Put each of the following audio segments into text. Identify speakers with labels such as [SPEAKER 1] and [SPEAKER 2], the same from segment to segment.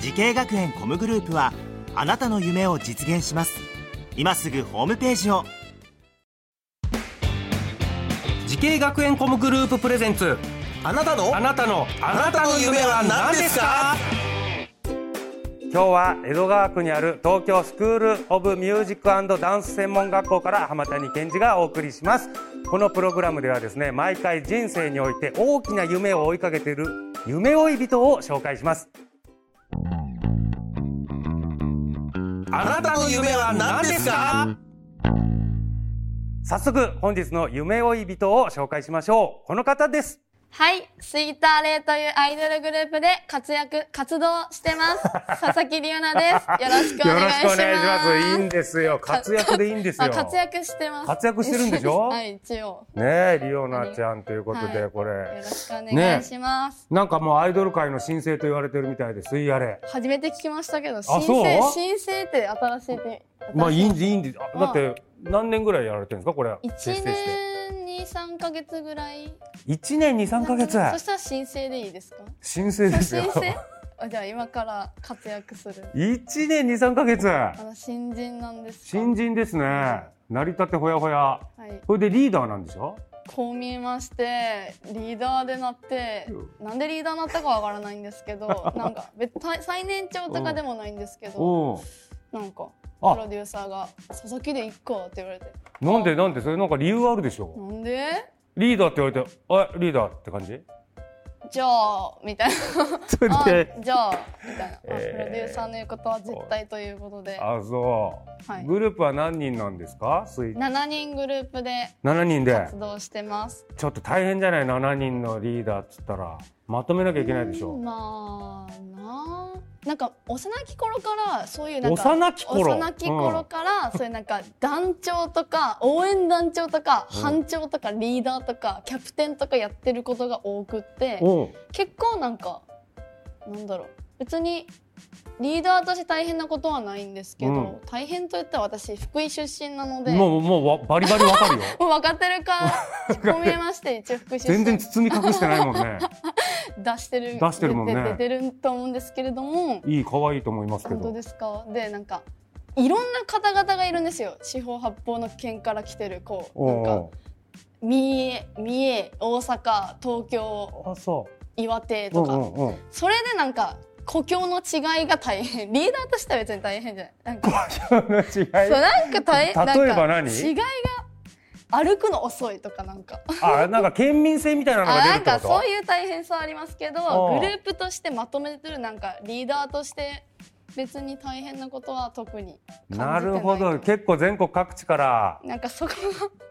[SPEAKER 1] 時系学園コムグループはあなたの夢を実現します今すぐホームページを
[SPEAKER 2] 時系学園コムグループプレゼンツ
[SPEAKER 3] あなたの
[SPEAKER 2] あなたのあ
[SPEAKER 3] なたの夢は何ですか
[SPEAKER 2] 今日は江戸川区にある東京スクール・オブ・ミュージックダンス専門学校から浜谷健二がお送りしますこのプログラムではですね毎回人生において大きな夢を追いかけている夢追い人を紹介します
[SPEAKER 3] あなたの夢は何ですか
[SPEAKER 2] 早速本日の夢追い人を紹介しましょうこの方です
[SPEAKER 4] はい、スイーターレイというアイドルグループで活躍、活動して ます。佐々木里奈です。よろしくお
[SPEAKER 2] よ
[SPEAKER 4] 願
[SPEAKER 2] ろ
[SPEAKER 4] い
[SPEAKER 2] し
[SPEAKER 4] し
[SPEAKER 2] く
[SPEAKER 4] ま
[SPEAKER 2] お
[SPEAKER 4] す。
[SPEAKER 2] 願いしますいいんですよ 活躍でいいんですよ
[SPEAKER 4] あ活躍してます。
[SPEAKER 2] 活躍してるんでしょ
[SPEAKER 4] はい、一応。
[SPEAKER 2] ねえリオナちゃんということで、
[SPEAKER 4] はい
[SPEAKER 2] こ
[SPEAKER 4] よ
[SPEAKER 2] れ
[SPEAKER 4] ろしくお願いします。
[SPEAKER 2] なんかもうアイドル界の新星と言われてるみたいですいやれ
[SPEAKER 4] 初めて聞きましたけど、
[SPEAKER 2] そう
[SPEAKER 4] 新生、新生って新しいって。
[SPEAKER 2] まあいいん
[SPEAKER 4] 1
[SPEAKER 2] でいいんであだって何年ぐらいやられてるんですかこれ結成して
[SPEAKER 4] 年に3ヶ月ぐらい。
[SPEAKER 2] 1年23か月
[SPEAKER 4] そしたら新生でいいですか
[SPEAKER 2] 新生ですよ
[SPEAKER 4] 新生あじゃあ今から活躍する。
[SPEAKER 2] 1年23か月
[SPEAKER 4] あの、新人なんですか
[SPEAKER 2] 新人ですね成り立てほやほや
[SPEAKER 4] はい。
[SPEAKER 2] これでリーダーなんでしょ
[SPEAKER 4] こう見えましてリーダーでなってなんでリーダーになったかわからないんです けどなんか別最最年長とかでもないんですけど
[SPEAKER 2] お
[SPEAKER 4] なんかプ
[SPEAKER 2] あ
[SPEAKER 4] ロデューサーが「佐々木で行くか」って言われて「
[SPEAKER 2] なんでなんでそれなんか理由あるでしょ
[SPEAKER 4] なんで
[SPEAKER 2] リーダーって言われてあリーダーって感じ
[SPEAKER 4] じゃあ」みたいな
[SPEAKER 2] それ
[SPEAKER 4] 「あ
[SPEAKER 2] で
[SPEAKER 4] じゃあ」みたいな、あプロ
[SPEAKER 2] えー
[SPEAKER 4] デューサーの言うことは絶対ということで、
[SPEAKER 2] あそう、
[SPEAKER 4] はい
[SPEAKER 2] グループは何人なんですかスイッチ
[SPEAKER 4] 7人グループで
[SPEAKER 2] 7人で
[SPEAKER 4] 活動してます。
[SPEAKER 2] ちょっと大変じゃない7人のリーダーっつったらまとめなきゃいけないでし
[SPEAKER 4] う
[SPEAKER 2] ょ
[SPEAKER 4] んまあなあなんか幼き頃からそういうなんか
[SPEAKER 2] 幼き頃
[SPEAKER 4] 幼き頃から、そういうなんか団長とか応援団長とか、
[SPEAKER 2] うん
[SPEAKER 4] 班長とかリーダーとかキャプテンとかやってることが多くって
[SPEAKER 2] うんうん
[SPEAKER 4] 結構なんかなんだろう別にリーダーとして大変なことはないんですけど、
[SPEAKER 2] うん
[SPEAKER 4] 大変といったら私福井出身なので
[SPEAKER 2] も
[SPEAKER 4] も
[SPEAKER 2] うもうわバリバリわかるよ
[SPEAKER 4] う分かってるかこう見えまして 一応福井出
[SPEAKER 2] 全
[SPEAKER 4] 身
[SPEAKER 2] 然包み隠してないもんね
[SPEAKER 4] 出してる
[SPEAKER 2] 出してるもんね
[SPEAKER 4] 出て出てると思うんですけれども。
[SPEAKER 2] いい可愛いと思いますけ
[SPEAKER 4] 本当
[SPEAKER 2] ど
[SPEAKER 4] ですかでなんかいろんな方々がいるんですよ四方八方の県から来てるこうなんか
[SPEAKER 2] お
[SPEAKER 4] 三重三重大阪東京
[SPEAKER 2] うあそ
[SPEAKER 4] 岩手
[SPEAKER 2] うう
[SPEAKER 4] と
[SPEAKER 2] ん
[SPEAKER 4] か、
[SPEAKER 2] うんうん
[SPEAKER 4] それでなんか故郷の違いが大変リーダーとしては別に大変じゃないなんか
[SPEAKER 2] 違い
[SPEAKER 4] そうなんか大変
[SPEAKER 2] 例えば
[SPEAKER 4] な
[SPEAKER 2] 何
[SPEAKER 4] んか違いが歩くの遅いとかなんか
[SPEAKER 2] あなんか県民性みたいなのが
[SPEAKER 4] あ
[SPEAKER 2] 出
[SPEAKER 4] な
[SPEAKER 2] るっ
[SPEAKER 4] ん
[SPEAKER 2] て
[SPEAKER 4] か
[SPEAKER 2] こと
[SPEAKER 4] そういう大変さはありますけ
[SPEAKER 2] う
[SPEAKER 4] ど
[SPEAKER 2] ん
[SPEAKER 4] グループとしてまとめてるなんかリーダーとして別に大変なことは特に感じて
[SPEAKER 2] ないるほど結構全国各地から
[SPEAKER 4] なんかそこ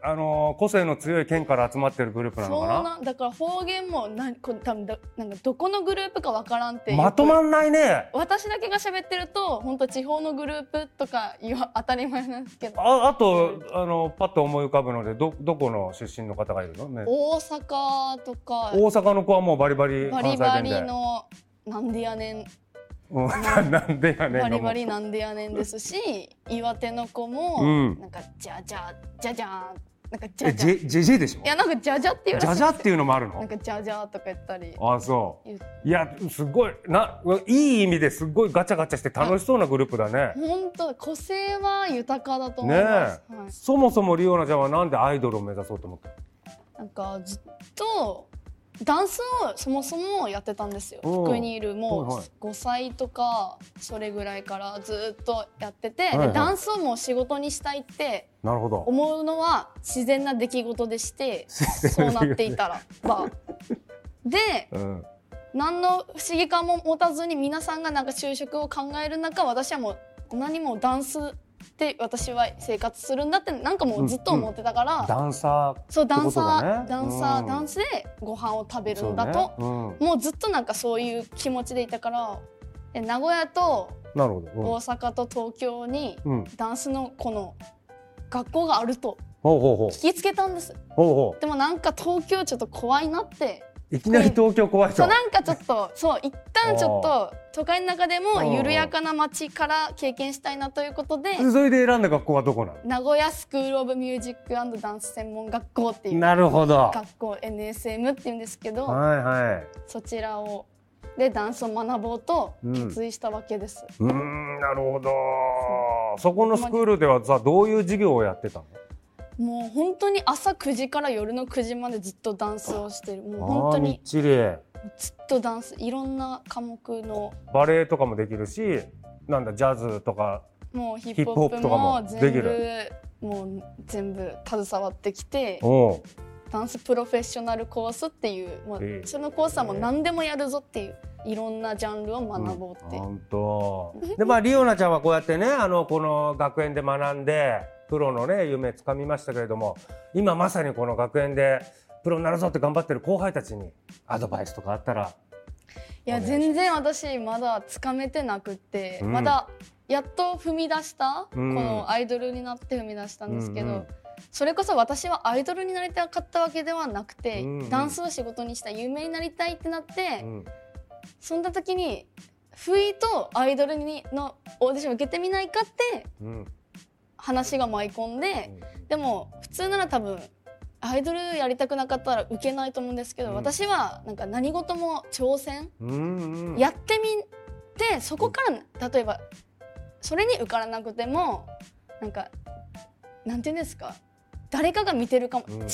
[SPEAKER 2] あのー個性の強い県から集まってるグループ
[SPEAKER 4] が
[SPEAKER 2] なの
[SPEAKER 4] そう
[SPEAKER 2] かな
[SPEAKER 4] なんだから方言もなこ多分だなんかどこのグループかわからんっていう
[SPEAKER 2] まとまんないね
[SPEAKER 4] 私だけが喋ってると本当地方のグループとか言わ当たり前なんですけど
[SPEAKER 2] ああとあのパッと思い浮かぶのでどどこの出身の方がいるの、ね、
[SPEAKER 4] 大阪とか
[SPEAKER 2] 大阪の子はもうバリバリ
[SPEAKER 4] バ
[SPEAKER 2] 関西
[SPEAKER 4] リ
[SPEAKER 2] 弁で
[SPEAKER 4] バリのなんでやねん
[SPEAKER 2] うんななんでやねんが
[SPEAKER 4] バ
[SPEAKER 2] もう
[SPEAKER 4] リバリなんでやねんですし岩手の子
[SPEAKER 2] う
[SPEAKER 4] も
[SPEAKER 2] ん
[SPEAKER 4] なんかじゃじゃじゃじゃーんなんかじ
[SPEAKER 2] え
[SPEAKER 4] ゃ
[SPEAKER 2] ジ
[SPEAKER 4] じゃい
[SPEAKER 2] ェジェジェでしょ
[SPEAKER 4] やなんかじゃじゃって言う
[SPEAKER 2] ジ
[SPEAKER 4] ら
[SPEAKER 2] ャ
[SPEAKER 4] し
[SPEAKER 2] ジ
[SPEAKER 4] い
[SPEAKER 2] ャっていうのもある
[SPEAKER 4] なん
[SPEAKER 2] の
[SPEAKER 4] かじゃじゃーとか言ったり
[SPEAKER 2] あそ
[SPEAKER 4] 言う
[SPEAKER 2] ういやすごいないい意味ですごいガチャガチャして楽しそうなグループだね
[SPEAKER 4] 本当個性は豊かだと思
[SPEAKER 2] ね
[SPEAKER 4] います、
[SPEAKER 2] え、
[SPEAKER 4] はい
[SPEAKER 2] そもそもリオナちゃんはなんでアイドルを目指そうと思った
[SPEAKER 4] なんかずっとダンスをそもそもやってたんですよ
[SPEAKER 2] おう
[SPEAKER 4] 福井にいる
[SPEAKER 2] はいは
[SPEAKER 4] も
[SPEAKER 2] いう
[SPEAKER 4] 5歳とかそれぐらいからずっとやってて、
[SPEAKER 2] いはい
[SPEAKER 4] でダンスをもう仕事にしたいって
[SPEAKER 2] なるほど
[SPEAKER 4] 思うのは自然な出来事でしてそうなっていたらば。で
[SPEAKER 2] うん
[SPEAKER 4] 何の不思議感も持たずに皆さんがなんか就職を考える中私はもう何もダンスで私は生活するんだってなんかもうずっと思ってたから、
[SPEAKER 2] ダンサー
[SPEAKER 4] そうダンサ
[SPEAKER 2] ってことだ
[SPEAKER 4] ー、
[SPEAKER 2] ね
[SPEAKER 4] ダンサー、
[SPEAKER 2] うん
[SPEAKER 4] ダンスでご飯を食べる
[SPEAKER 2] そうん
[SPEAKER 4] だと、
[SPEAKER 2] ねうん
[SPEAKER 4] もうずっとなんかそういう気持ちでいたからで名古屋と
[SPEAKER 2] なるほ
[SPEAKER 4] 大
[SPEAKER 2] ど。
[SPEAKER 4] 阪と東京に
[SPEAKER 2] うん。うん
[SPEAKER 4] ダンスのこの学校があると
[SPEAKER 2] ほうほうほう。
[SPEAKER 4] 聞きつけたんです
[SPEAKER 2] ほうほ
[SPEAKER 4] でもなんか東京ちょっと怖いなって
[SPEAKER 2] う。いきなり東京怖い
[SPEAKER 4] そ
[SPEAKER 2] ぞ
[SPEAKER 4] う。なんかちょっ とそう一旦ちょっと都会の中で
[SPEAKER 2] あ
[SPEAKER 4] も
[SPEAKER 2] ー
[SPEAKER 4] 緩やかな街から経験したいなということで
[SPEAKER 2] でそれで選んだ学校はどこなの
[SPEAKER 4] 名古屋スクール・オブ・ミュージックダンス専門学校っていう
[SPEAKER 2] なるほど。は
[SPEAKER 4] 学校 NSM っていうんですけ
[SPEAKER 2] い
[SPEAKER 4] ど
[SPEAKER 2] はい。
[SPEAKER 4] そちらをでダンスを学ぼうと決意したわけです、
[SPEAKER 2] うーん、なるほど。そこのスクールではさ、どういう授業をやってたの
[SPEAKER 4] もう本当に朝9時から夜の9時までずっとダンスをしてるもう本当
[SPEAKER 2] あーみ
[SPEAKER 4] に
[SPEAKER 2] っちり。
[SPEAKER 4] ずっとダンスいろんな科目の
[SPEAKER 2] バレエとかもできるし、なんだ、ジャズとか。
[SPEAKER 4] もうヒ
[SPEAKER 2] ヒッ
[SPEAKER 4] ッ
[SPEAKER 2] プ
[SPEAKER 4] プ
[SPEAKER 2] ホ
[SPEAKER 4] ホ
[SPEAKER 2] ッ
[SPEAKER 4] ッ
[SPEAKER 2] プ
[SPEAKER 4] プ
[SPEAKER 2] とかも
[SPEAKER 4] も全
[SPEAKER 2] でき
[SPEAKER 4] 部もう全部携わってきて
[SPEAKER 2] おう
[SPEAKER 4] ダンスプロフェッショナルコースっていうも
[SPEAKER 2] ええ
[SPEAKER 4] うそのコースはもう何でもやるぞっていういろんなジャンルを学ぼうっていう、
[SPEAKER 2] 本当。で、まあ、リオナちゃんはこうやってね、あの、この学園で学んで、プロのね、夢掴みましたけれども、今まさにこの学園で、プロになるぞって頑張ってる後輩たちにアドバイスとかあったら、
[SPEAKER 4] いや全然私まだつかめてなくって、
[SPEAKER 2] うん
[SPEAKER 4] まだやっと踏み出した、
[SPEAKER 2] うん
[SPEAKER 4] このアイドルになって踏み出したんですけど、
[SPEAKER 2] うんうん
[SPEAKER 4] それこそ私はアイドルになりたかったわけではなくて、
[SPEAKER 2] うんうん
[SPEAKER 4] ダンスを仕事にしたい有名になりたいってなって、
[SPEAKER 2] うん、
[SPEAKER 4] そんな時に不意とアイドルにのオーディション受けてみないかって
[SPEAKER 2] うん、
[SPEAKER 4] 話が舞い込んで、でも普通なら多分アイドルやりたくなかったら受けないと思うんですけど、
[SPEAKER 2] うん
[SPEAKER 4] 私はなんか何事も挑戦、
[SPEAKER 2] うん、うん、
[SPEAKER 4] やってみてそこから例えばそれに受からなくてもなんかなんていうんですか誰かが見てるかも、
[SPEAKER 2] うん
[SPEAKER 4] 違う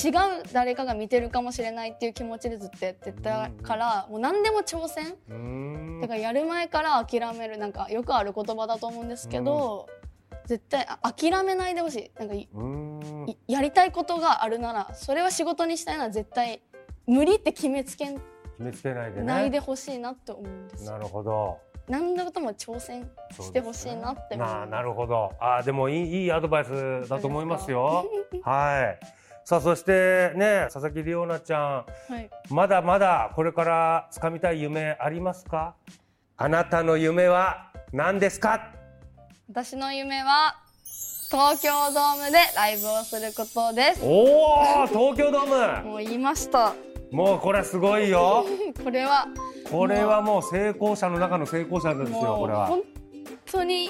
[SPEAKER 4] 誰かが見てるかもしれないっていう気持ちでずっとやってたから、もう何でも挑戦
[SPEAKER 2] うん
[SPEAKER 4] だからやる前から諦めるなんかよくある言葉だと思うんですけど、絶対あ諦めないでほしいなんかい
[SPEAKER 2] うん
[SPEAKER 4] いやりたいことがあるならそれは仕事にしたいなら絶対無理って決めつけ
[SPEAKER 2] 決めつけないでね。
[SPEAKER 4] ないでほしいなって思うんですよ
[SPEAKER 2] なるほど。
[SPEAKER 4] 何のことも挑戦してほしいなって思
[SPEAKER 2] なあな
[SPEAKER 4] う
[SPEAKER 2] るほど。あーでもいいいいアドバイスだと思いますよ。 はい。さあそしてね佐々木里央奈ちゃ
[SPEAKER 4] はい、
[SPEAKER 2] んまだまだこれから掴みたい夢ありますか？あなたの夢は何ですか？
[SPEAKER 4] 私の夢は東京ドームでライブをすることです
[SPEAKER 2] おお東京ドー ム。
[SPEAKER 4] もう言いました
[SPEAKER 2] もうこれはすごいよ。
[SPEAKER 4] これは
[SPEAKER 2] これはもう成功者の中の成功者なんですよ
[SPEAKER 4] も
[SPEAKER 2] こ
[SPEAKER 4] う
[SPEAKER 2] れは。
[SPEAKER 4] 本当に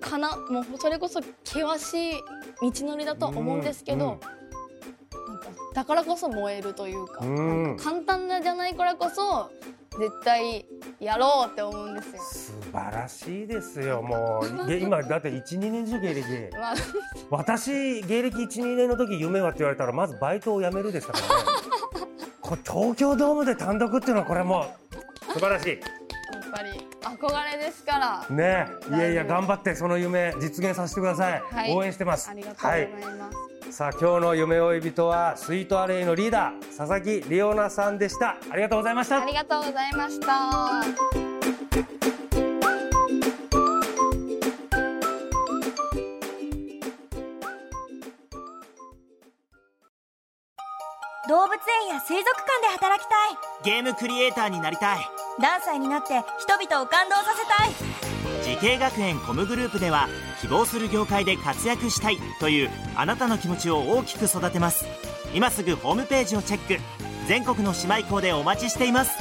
[SPEAKER 4] かなもうそれこそ険しい道のりだとは思うんですけど、なんかだからこそ燃えるというか,、
[SPEAKER 2] うん
[SPEAKER 4] なんか簡単なじゃないからこそ絶対やろうって思うんですよ。
[SPEAKER 2] 素晴らしいですよも うげ今だって12年中芸歴
[SPEAKER 4] まあ、
[SPEAKER 2] 私芸歴12年の時夢はって言われたらまずバイトを辞めるでしたからね これ東京ドームで単独っていうのはこれもう素晴らしい
[SPEAKER 4] やっぱり憧れですから。
[SPEAKER 2] ねえいやいや頑張ってその夢実現させてください、
[SPEAKER 4] はい
[SPEAKER 2] 応援してます
[SPEAKER 4] ありがとうご
[SPEAKER 2] は
[SPEAKER 4] ざい
[SPEAKER 2] い
[SPEAKER 4] ます。
[SPEAKER 2] さあ今日の夢追い人はスイートアレイのリーダー佐々木里央奈さんでしたありがとうございました
[SPEAKER 4] ありがとうございました。
[SPEAKER 5] 動物園や水族館で働きたい
[SPEAKER 1] ゲームクリエイターになりたい
[SPEAKER 5] 何歳になって人々を感動させたい
[SPEAKER 1] 時系学園コムグループでは希望する業界で活躍したいというあなたの気持ちを大きく育てます今すぐホームページをチェック全国の姉妹校でお待ちしています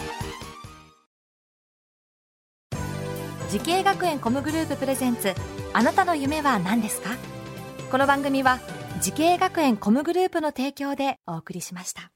[SPEAKER 6] 時系学園コムグループプレゼンツあなたの夢は何ですかこの番組は時系学園コムグループの提供でお送りしました